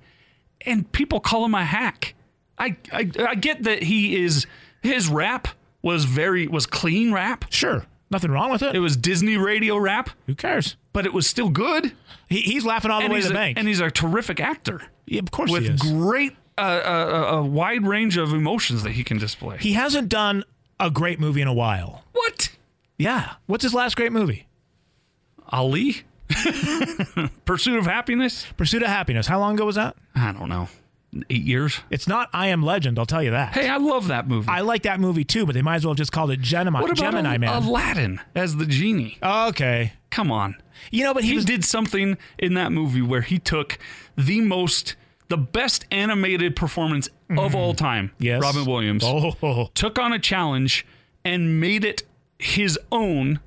B: and people call him a hack. I, I, I get that he is, his rap was very, was clean rap.
C: Sure. Nothing wrong with it.
B: It was Disney radio rap,
C: Who cares?
B: but it was still good.
C: He, he's laughing all the
B: And
C: way
B: he's,
C: to the
B: a,
C: bank.
B: and he's a terrific actor.
C: Yeah, of course he
B: with
C: is.
B: great uh, uh, uh, a wide range of emotions that he can display.
C: he hasn't done a great movie in a while.
B: what?
C: Yeah. What's his last great movie?
B: Ali? [laughs] Pursuit of Happiness?
C: Pursuit of Happiness. How long ago was that?
B: I don't know. Eight years?
C: It's not I Am Legend, I'll tell you that.
B: Hey, I love that movie.
C: I like that movie too, but they might as well have just called it Gemini,
B: what about
C: Gemini
B: Al-
C: Man.
B: Aladdin as the genie?
C: okay.
B: Come on.
C: You know, but he,
B: He
C: was
B: did something in that movie where he took the most, the best animated performance of all time.
C: Mm-hmm. Yes.
B: Robin Williams.
C: Oh, [laughs]
B: took on a challenge and made it his own.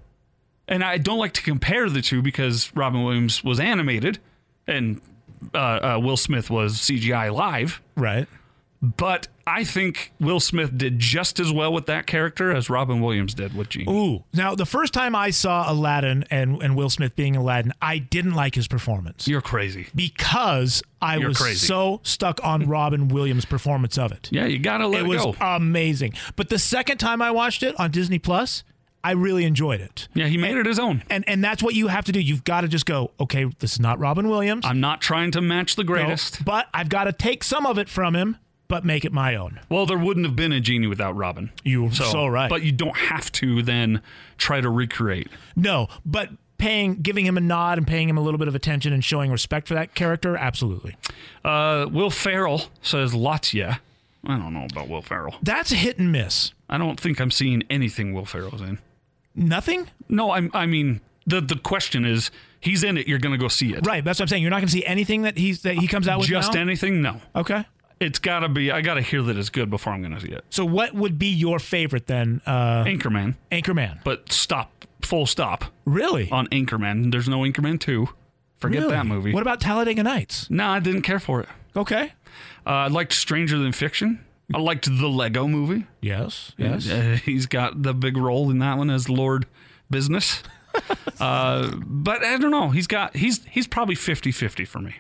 B: And I don't like to compare the two because Robin Williams was animated and uh, uh, Will Smith was CGI live.
C: right.
B: But I think Will Smith did just as well with that character as Robin Williams did with Genie.
C: Ooh. Now, the first time I saw Aladdin and, and Will Smith being Aladdin, I didn't like his performance
B: You're crazy.
C: because I
B: You're
C: was
B: crazy.
C: so stuck on Robin Williams' performance of it.
B: Yeah, you gotta let
C: it
B: it,
C: was
B: go.
C: amazing. But the second time I watched it on Disney Plus, I really enjoyed it.
B: Yeah, he made it his own.
C: And and that's what you have to do. You've got to just go, okay, this is not Robin Williams.
B: I'm not trying to match the
C: no,
B: greatest.
C: but I've got to take some of it from him, but make it my own.
B: Well, there wouldn't have been a Genie without Robin.
C: You're so right.
B: But you don't have to then try to recreate.
C: No, but paying giving him a nod and paying him a little bit of attention and showing respect for that character, absolutely.
B: Uh, Will Farrell says Latia. I don't know about Will Farrell.
C: That's a hit and miss.
B: I don't think I'm seeing anything Will Farrell's in.
C: Nothing?
B: No, I'm. I mean, the the question is, he's in it. You're gonna go see it.
C: Right, that's what I'm saying. You're not going to see anything that he's that he comes out with
B: Just
C: now?
B: anything? No.
C: Okay.
B: It's gotta be. I gotta hear that it's good before I'm gonna see it.
C: So what would be your favorite then? Uh
B: Anchorman,
C: Anchorman.
B: but stop f- full stop
C: Really?
B: on Anchorman. There's no Anchorman 2. Forget
C: Really?
B: that movie.
C: What about Talladega Nights?
B: no, I didn't care for it.
C: Okay.
B: Uh, I liked Stranger Than Fiction. I liked the Lego movie.
C: Yes. Yes.
B: Uh, he's got the big role in that one as Lord
C: [laughs]
B: Business. uh, but I don't know. He's got he's he's probably 50-50 for me.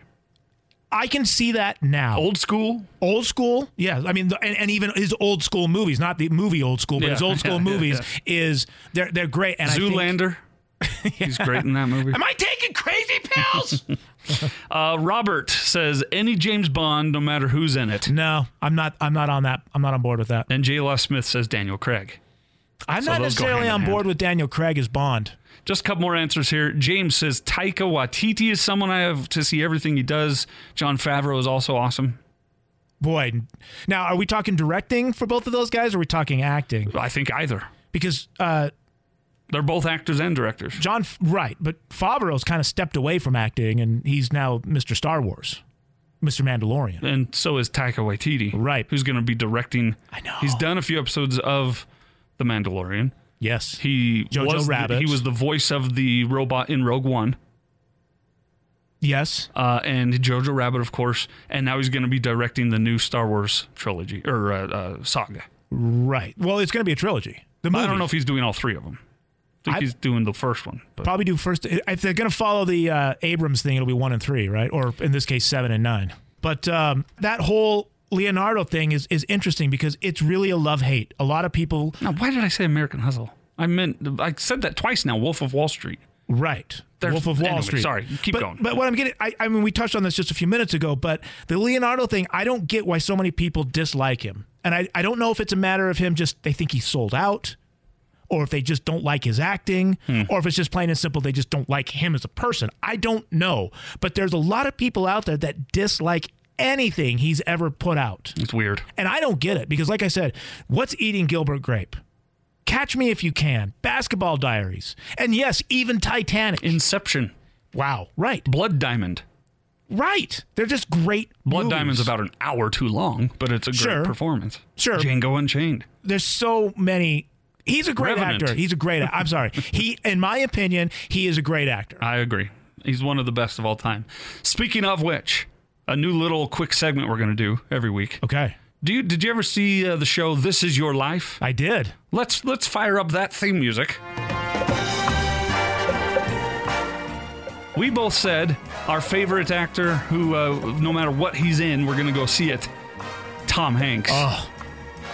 C: I can see that now.
B: Old school,
C: old school yeah i mean the, and, and even his old school movies not the movie old school but
B: Yeah,
C: his old
B: [laughs]
C: school
B: yeah, yeah,
C: movies is they're they're great and I, think, [laughs]
B: Zoolander. He's great in that movie.
C: am I taking crazy pills
B: Uh, Robert says any James Bond, no matter who's in it.
C: [laughs] no i'm not i'm not on that i'm not on board with that
B: And J. L. Smith says Daniel Craig.
C: i'm
B: So
C: not
B: those go
C: necessarily
B: hand
C: on
B: in
C: board
B: hand.
C: with daniel craig as bond
B: Just a couple more answers here. James says Taika Waititi is someone I have to see everything he does. John Favreau is also awesome.
C: boy now are we talking directing for both of those guys or are we talking acting
B: I think either.
C: because uh
B: They're both actors and directors.
C: john F- right but favreau's kind of stepped away from acting and he's now mr star wars mr mandalorian
B: And so is Taika Waititi.
C: Right.
B: Who's going to be directing.
C: I know.
B: He's done a few episodes of The Mandalorian.
C: yes
B: He
C: Jojo
B: was the-
C: Rabbit.
B: he was the voice of the robot in Rogue One.
C: yes
B: uh, and Jojo Rabbit, of course, and now he's going to be directing the new Star Wars trilogy or uh, uh, saga.
C: right well it's going to be a trilogy the movie.
B: I don't know if he's doing all three of them. I think
C: I-
B: he's doing the first one. But
C: probably do first if they're going to follow the uh, Abrams thing. It'll be one and three, right? Or in this case, seven and nine. But um, that whole Leonardo thing is is interesting because it's really a love hate. A lot of people,
B: now, why did I say American Hustle? I meant I said that twice now. Wolf of Wall Street.
C: right?
B: There's-
C: Wolf of Wall
B: anyway,
C: Street.
B: sorry, keep
C: but,
B: going.
C: But what I'm getting, I, I mean, we touched on this just a few minutes ago, but the Leonardo thing, I don't get why so many people dislike him, and I I don't know if it's a matter of him just they think he's sold out. Or if they just don't like his acting,
B: Hmm.
C: or if it's just plain and simple, they just don't like him as a person. I don't know. But there's a lot of people out there that dislike anything he's ever put out.
B: It's weird.
C: And I don't get it because, like I said, what's eating Gilbert Grape? Catch Me If You Can, Basketball Diaries, and yes, even Titanic.
B: Inception,
C: wow. Right.
B: Blood Diamond.
C: Right. They're just great.
B: Blood
C: movies.
B: Diamond's about an hour too long, but it's a great
C: Sure.
B: performance.
C: Sure.
B: Django Unchained.
C: There's so many. He's a great
B: Revenant.
C: actor. He's a great.
B: [laughs]
C: I'm sorry. He, in my opinion, he is a great actor.
B: I agree. He's one of the best of all time. Speaking of which, a new little quick segment we're going to do every week.
C: Okay.
B: Do you, did you ever see uh, the show This Is Your Life?
C: I did.
B: Let's let's fire up that theme music. We both said our favorite actor, who uh, no matter what he's in, we're gonna go see it. Tom Hanks.
C: Oh,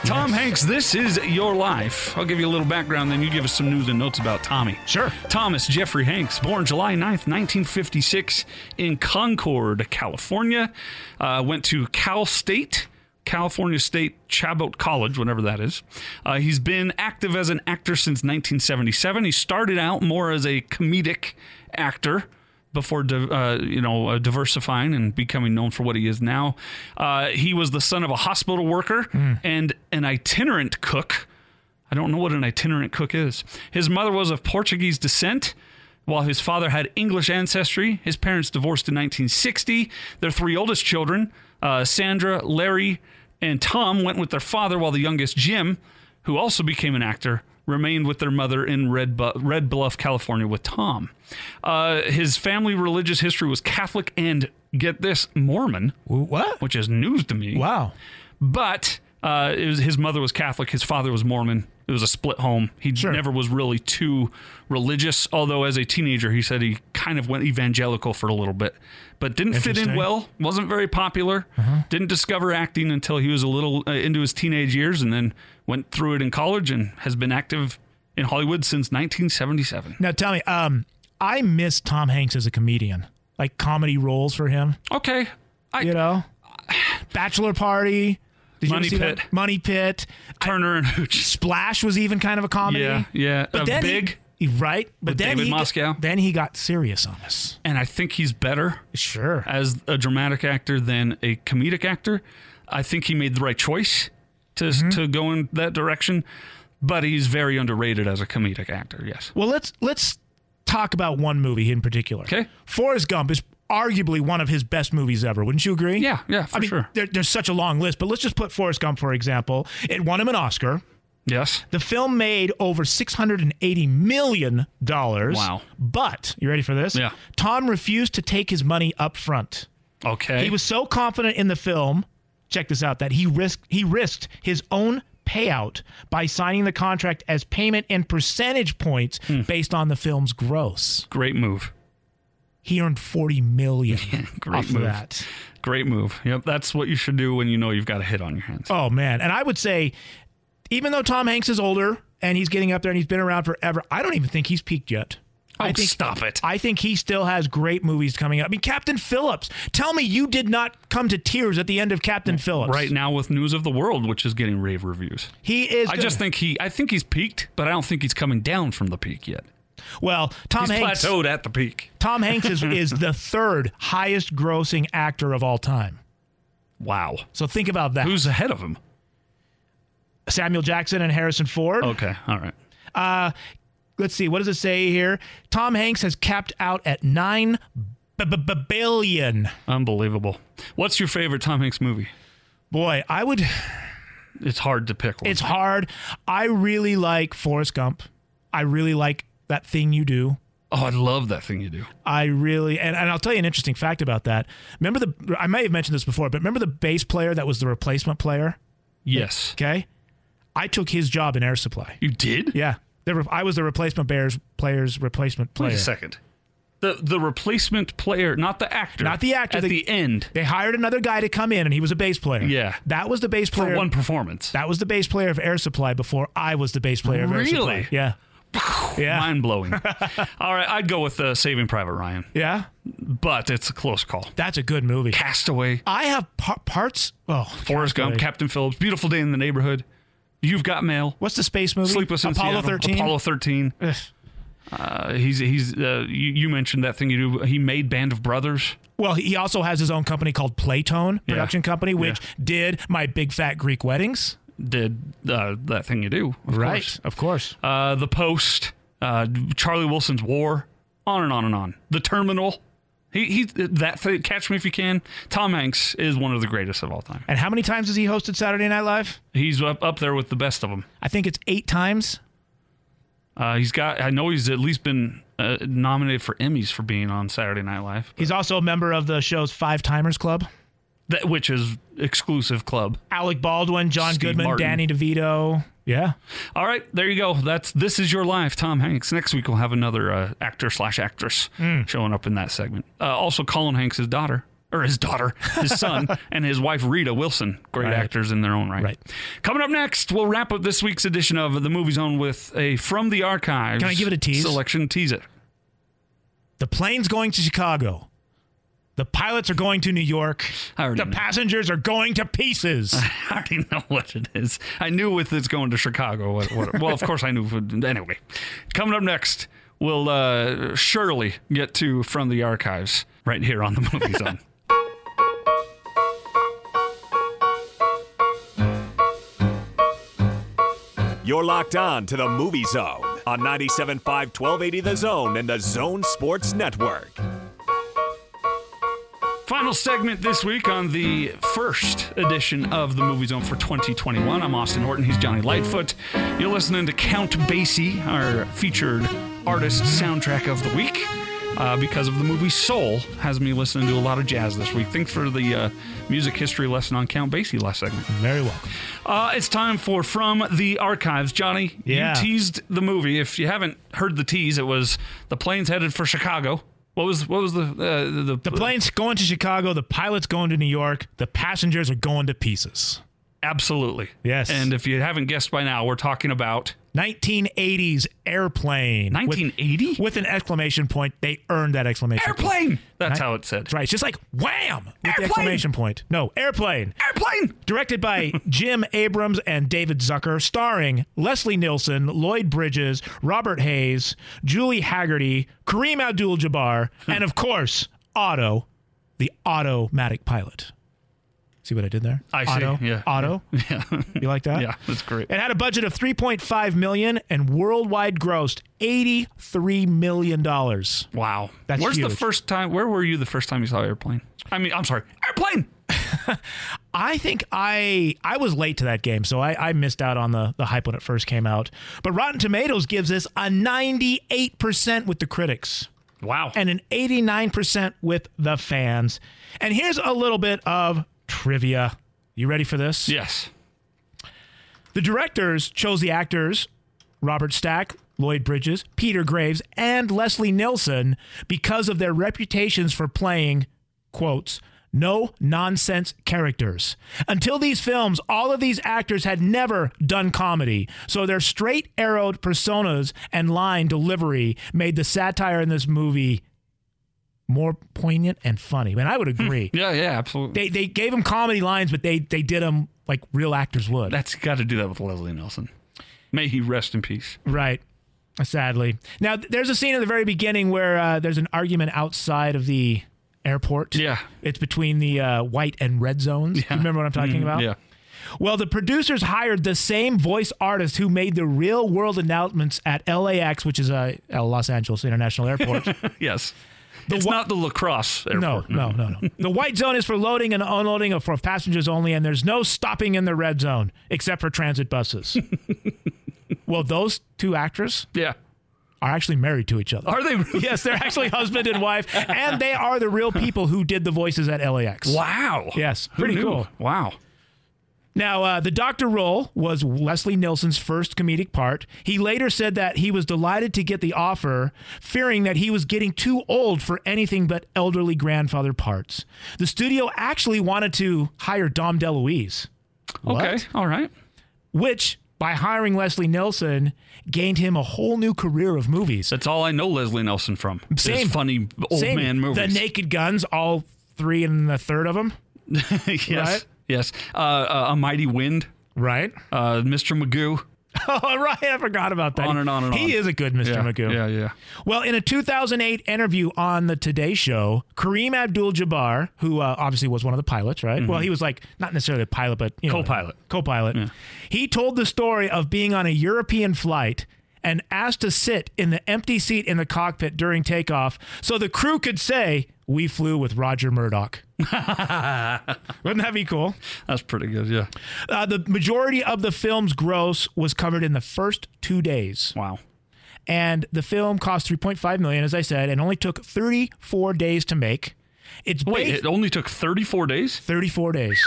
B: Tom Hanks, this is your life. I'll give you a little background, then you give us some news and notes about Tommy.
C: Sure.
B: Thomas Jeffrey Hanks, born July 9th, 1956, in Concord, California. Uh, went to Cal State, California State Chabot College, whatever that is. Uh, he's been active as an actor since 1977. He started out more as a comedic actor before di- uh, you know uh, diversifying and becoming known for what he is now. Uh, he was the son of a hospital worker and an itinerant cook. I don't know what an itinerant cook is. His mother was of Portuguese descent. While his father had English ancestry, his parents divorced in 1960. Their three oldest children, uh, Sandra, Larry, and Tom, went with their father, while the youngest, Jim, who also became an actor, remained with their mother in Red, Bu- Red Bluff, California, with Tom. Uh, his family religious history was Catholic and, get this, Mormon,
C: what?
B: which is news to me
C: Wow.
B: but uh, it was, his mother was Catholic, his father was Mormon. It was a split home. He never was really too religious, although as a teenager, he said he kind of went evangelical for a little bit, but didn't fit in
C: Interesting. Uh-huh.
B: well, wasn't very popular, didn't discover acting until he was a little uh, into his teenage years, and then went through it in college and has been active in Hollywood since 1977.
C: Now tell me, um, I miss Tom Hanks as a comedian. Like comedy roles for him,
B: Okay. I,
C: you know, Bachelor Party, Did you ever
B: Money
C: see that?
B: Pit.
C: Money Pit,
B: Turner and Hooch.
C: Splash was even kind of a comedy.
B: Yeah, yeah. Uh,
C: then he-
B: big,
C: he- right? But then
B: David
C: he,
B: Moscow.
C: Then he got serious on us.
B: and I think he's better.
C: Sure.
B: as a dramatic actor than a comedic actor. I think he made the right choice to
C: Mm-hmm.
B: to go in that direction, but he's very underrated as a comedic actor. Yes,
C: Well, let's let's talk about one movie in particular.
B: Okay.
C: Forrest Gump is arguably one of his best movies ever. Wouldn't you agree?
B: Yeah, yeah, for
C: I mean,
B: sure.
C: there- there's such a long list, but let's just put Forrest Gump for example. It won him an Oscar.
B: Yes.
C: The film made over $680 million. Wow. But, you ready for this?
B: Yeah.
C: Tom refused to take his money up front.
B: Okay.
C: He was so confident in the film, check this out, that he risked he risked his own payout by signing the contract as payment and percentage points
B: Hmm.
C: based on the film's gross.
B: great move.
C: He earned
B: [laughs]
C: 40 million
B: Great
C: off of
B: move.
C: that.
B: Great move. Yep. That's what you should do when you know you've got a hit on your hands.
C: Oh man, and I would say, even though Tom Hanks is older and he's getting up there and he's been around forever, I don't even think he's peaked yet. I
B: Oh,
C: think,
B: stop it.
C: I think he still has great movies coming up. I mean, Captain Phillips. Tell me you did not come to tears at the end of Captain Phillips.
B: Right now with News of the World, which is getting rave reviews.
C: He is.
B: I
C: good.
B: just think he I think he's peaked, but I don't think he's coming down from the peak yet.
C: well, Tom
B: He's
C: Hanks.
B: plateaued at the peak.
C: Tom Hanks is, is the third highest grossing actor of all time.
B: Wow.
C: So think about that.
B: Who's ahead of him?
C: Samuel Jackson and Harrison Ford.
B: Okay. All right.
C: Let's see. What does it say here? Tom Hanks has capped out at nine b- b- b- billion.
B: Unbelievable. What's your favorite Tom Hanks movie?
C: Boy, I would.
B: It's hard to pick one.
C: It's hard. I really like Forrest Gump. I really like that thing you do.
B: oh, I love that thing you do.
C: I really and, and I'll tell you an interesting fact about that. Remember the I may have mentioned this before, but remember the bass player that was the replacement player?
B: Yes.
C: Okay, I took his job in Air Supply.
B: You did?
C: Yeah, the re- I was the replacement Bears player's replacement
B: Wait
C: player.
B: a second. The the replacement player, not the actor.
C: Not the actor,
B: At
C: the-
B: the, end
C: They hired another guy to come in, and he was a bass player.
B: Yeah.
C: that was the bass
B: for
C: player.
B: one performance.
C: that [laughs] was the bass player of Air Supply before I was the bass player of Air Supply.
B: Really?
C: Yeah. Yeah.
B: Mind
C: [laughs]
B: blowing. All right, I'd go with uh, Saving Private Ryan,
C: Yeah.
B: but it's a close call.
C: That's a good movie.
B: Castaway,
C: I have par- parts. Oh,
B: Forrest Gump, Captain Phillips, Beautiful Day in the Neighborhood. You've got mail.
C: What's the space movie?
B: Sleepless in
C: Apollo
B: Seattle,
C: 13.
B: Apollo 13.
C: Ugh.
B: Uh, he's he's uh, you, you mentioned that thing you do. He made Band of Brothers.
C: Well, he also has his own company called Playtone Production Company, which did My Big Fat Greek Weddings.
B: Did uh, that thing you do? of course.
C: Of course.
B: Uh, the Post. Uh, Charlie Wilson's War. On and on and on. The Terminal. He he. That thing, Catch Me If You Can. Tom Hanks is one of the greatest of all time.
C: And how many times has he hosted Saturday Night Live?
B: He's up, up there with the best of them.
C: I think it's eight times.
B: Uh, he's got. I know he's at least been uh, nominated for Emmys for being on Saturday Night Live,
C: He's also a member of the show's Five Timers Club.
B: that, which is exclusive club.
C: Alec Baldwin, John
B: Steve
C: Goodman,
B: Martin.
C: Danny DeVito. Yeah.
B: All right, there you go. That's this is your life, Tom Hanks. Next week we'll have another uh, actor slash actress
C: Hmm.
B: showing up in that segment. Uh, also, Colin Hanks' daughter. Or his daughter,
C: [laughs]
B: his son, and his wife Rita Wilson. Great actors in their own right.
C: Right.
B: Coming up next, we'll wrap up this week's edition of The Movie Zone with a From the Archives.
C: Can I give it a tease?
B: Selection tease it.
C: The plane's going to Chicago. The pilots are going to New York.
B: I already
C: The
B: know.
C: passengers are going
B: [laughs]
C: to pieces.
B: I already know what it is. I knew with it's going to Chicago. What, what, well, of course I knew. [laughs] Anyway, coming up next, we'll uh, surely get to from the archives right here on the Movie Zone.
A: You're locked on to the Movie Zone on 97.5 1280 The Zone and the Zone Sports Network.
B: Final segment this week on the first edition of the Movie Zone for 2021. I'm Austin Horton. He's Johnny Lightfoot. You're listening to Count Basie, our featured artist soundtrack of the week. Uh, because of the movie Soul, has me listening to a lot of jazz this week. Thanks for the uh, music history lesson on Count Basie last segment.
C: Very welcome.
B: Uh, it's time for From the Archives. Johnny,
C: Yeah.
B: you teased the movie. If you haven't heard the tease, it was the plane's headed for Chicago. What was what was the uh, the,
C: The plane's going to Chicago. The pilot's going to New York. The passengers are going to pieces.
B: Absolutely.
C: Yes.
B: And if you haven't guessed by now, we're talking about
C: 1980s airplane. With-
B: 1980?
C: With, an exclamation point. They earned that exclamation point.
B: airplane. That's how it said.
C: That's right. It's just like wham with the
B: Airplane!
C: exclamation point. No, airplane.
B: Airplane. [laughs]
C: Directed by Jim Abrams and David Zucker, starring Leslie Nielsen, Lloyd Bridges, Robert Hayes, Julie Haggerty, Kareem Abdul Jabbar,
B: Hmm.
C: and of course, Otto, the automatic pilot. See what I did there?
B: I see.
C: Otto.
B: Yeah.
C: Otto.
B: [laughs] Yeah.
C: You like that?
B: yeah, that's great.
C: It had a budget of 3.5 million and worldwide grossed 83 million dollars.
B: Wow.
C: That's
B: Where's the
C: huge.
B: first time where were you the first time you saw airplane? I mean, I'm sorry. Airplane.
C: I think I I was late to that game, so I, I missed out on the, the hype when it first came out. But Rotten Tomatoes gives this a 98% with the critics
B: Wow.
C: and an 89% with the fans. And here's a little bit of trivia. You ready for this?
B: yes.
C: The directors chose the actors Robert Stack, Lloyd Bridges, Peter Graves, and Leslie Nielsen because of their reputations for playing, quotes, no nonsense characters. Until these films, all of these actors had never done comedy, so their straight arrowed personas and line delivery made the satire in this movie more poignant and funny. And I would agree.
B: Yeah, yeah, absolutely.
C: They, they gave them comedy lines, but they, they did them like real actors would.
B: That's got to do that with Leslie Nelson. May he rest in peace.
C: Right. Sadly. Now, th- there's a scene at the very beginning where uh, there's an argument outside of the airport.
B: Yeah.
C: It's between the uh, white and red zones. Do you remember what I'm talking about?
B: Mm-hmm. Yeah.
C: Well, the producers hired the same voice artist who made the real world announcements at LAX, which is uh, uh, Los Angeles International Airport.
B: [laughs] Yes. it's
C: wha-
B: not the lacrosse
C: no,
B: airport.
C: no, no, no. the white zone is for loading and unloading of- for passengers only, and there's no stopping in the red zone except for transit buses. [laughs] well, those two actors
B: Yeah.
C: are actually married to each other.
B: Are they? really-
C: [laughs] Yes, they're actually husband and wife, and they are the real people who did the voices at LAX.
B: Wow.
C: Yes,
B: Who
C: pretty
B: knew?
C: cool.
B: Wow.
C: Now, uh, the doctor role was Leslie Nielsen's first comedic part. He later said that he was delighted to get the offer, fearing that he was getting too old for anything but elderly grandfather parts. The studio actually wanted to hire Dom DeLuise,
B: Okay. All right.
C: which, by hiring Leslie Nielsen, gained him a whole new career of movies.
B: That's all I know Leslie Nelson from. is
C: Same.
B: funny old
C: Same-
B: man movies.
C: The Naked Guns, all three and a third of them.
B: [laughs] yes.
C: right?
B: Yes. Uh, uh, a mighty wind.
C: Right.
B: Uh, Mr. Magoo.
C: Oh, [laughs] right. I forgot about that.
B: On and on and
C: he
B: on.
C: is a good Mr.
B: Yeah.
C: Magoo.
B: Yeah. Yeah.
C: Well, in a 2008 interview on the Today Show, Kareem Abdul Jabbar, who uh, obviously was one of the pilots, right? Well, he was like, not necessarily a pilot, but you know,
B: Mm-hmm. Co-pilot.
C: Co pilot. He told the story of being on a European flight and asked to sit in the empty seat in the cockpit during takeoff so the crew could say, We flew with Roger Murdoch. [laughs] Wouldn't that be cool?
B: That's pretty good. Yeah.
C: Uh, the majority of the film's gross was covered in the first two days,
B: Wow.
C: and the film cost 3.5 million, as I said, and only took 34 days to make. It's
B: Wait,
C: based-
B: it only took 34 days?
C: 34 days.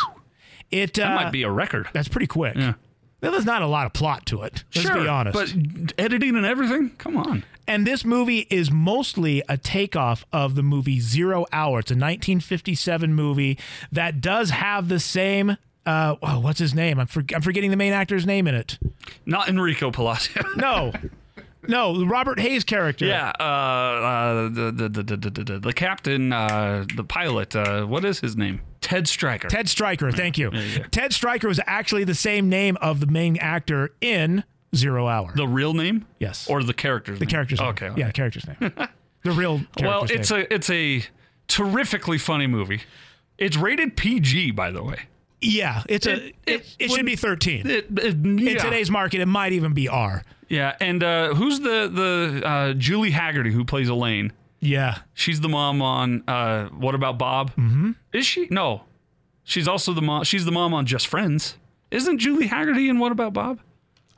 C: It uh,
B: That might be a record.
C: that's pretty quick. Now, There's not a lot of plot to it. Let's
B: sure,
C: be honest.
B: But editing and everything? Come on.
C: and this movie is mostly a takeoff of the movie Zero Hour. It's a 1957 movie that does have the same. Uh, oh, what's his name? I'm, for- I'm forgetting the main actor's name in it.
B: Not Enrico Palacio. [laughs]
C: No. No, the Robert Hayes character.
B: yeah, uh, uh, the, the, the, the, the, the, the captain, uh, the pilot, uh, what is his name? Ted Stryker.
C: Ted Stryker, thank you. Ted Stryker was actually the same name of the main actor in Zero Hour.
B: The real name?
C: Yes.
B: Or the character's
C: the character's name.
B: Okay.
C: Yeah, the
B: [laughs]
C: character's name. the real character's
B: Well, it's
C: name.
B: a, it's a terrifically funny movie. It's rated PG, by the way.
C: yeah, it's a
B: it-
C: it, it,
B: it
C: should
B: wouldn't-
C: be 13.
B: It, it,
C: in
B: yeah.
C: today's market, it might even be R.
B: yeah, and uh, who's the, the uh, Julie Haggerty who plays Elaine?
C: Yeah.
B: She's the mom on uh, What About Bob? Mm-hmm. Is she? No, she's also the mom. She's the mom on Just Friends. Isn't Julie Haggerty in What About Bob?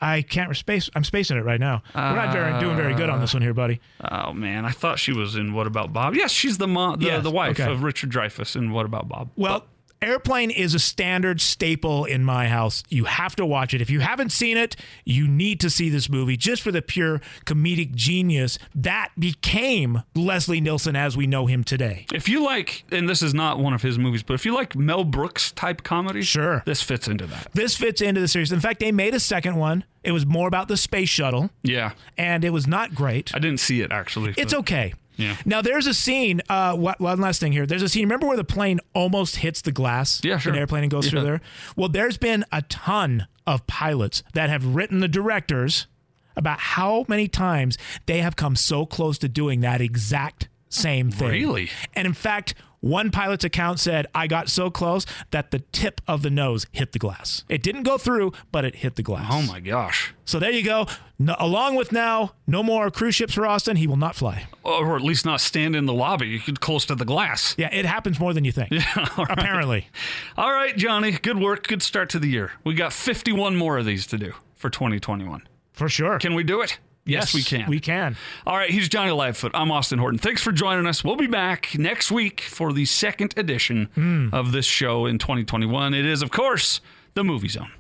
C: I can't re- space I'm spacing it right now. We're not very, doing very good on this one here, buddy.
B: Oh man, I thought she was in What About Bob. Yes, she's the mom, the,
C: Yes,
B: the wife
C: okay.
B: of Richard Dreyfuss in What About Bob.
C: Well, Airplane is a standard staple in my house. You have to watch it. If you haven't seen it, you need to see this movie just for the pure comedic genius that became Leslie Nielsen as we know him today.
B: If you like, and this is not one of his movies, but if you like Mel Brooks type comedy,
C: Sure.
B: this fits into that.
C: This fits into the series. In fact, they made a second one. It was more about the space shuttle,
B: Yeah,
C: and it was not great.
B: I didn't see it actually.
C: It's
B: but-
C: okay.
B: Yeah.
C: Now there's a scene. Uh, wha- one last thing here. There's a scene. Remember where the plane almost hits the glass?
B: Yeah, sure.
C: An airplane and goes through
B: Yeah.
C: there. Well, there's been a ton of pilots that have written the directors about how many times they have come so close to doing that exact same thing.
B: Really?
C: And in fact, One pilot's account said, I got so close that the tip of the nose hit the glass. It didn't go through, but it hit the glass.
B: Oh my gosh.
C: So there you go. No, along with now, no more cruise ships for Austin. He will not fly.
B: Or at least not stand in the lobby. You could close to the glass.
C: Yeah, it happens more than
B: [laughs]
C: you think. Apparently.
B: All right, Johnny. Good work. Good start to the year. We got 51 more of these to do for 2021.
C: For sure.
B: Can we do it? Yes, we can.
C: We can.
B: All right, he's Johnny Lightfoot. I'm Austin Horton. Thanks for joining us. We'll be back next week for the second edition of this show in 2021. It is, of course, the Movie Zone.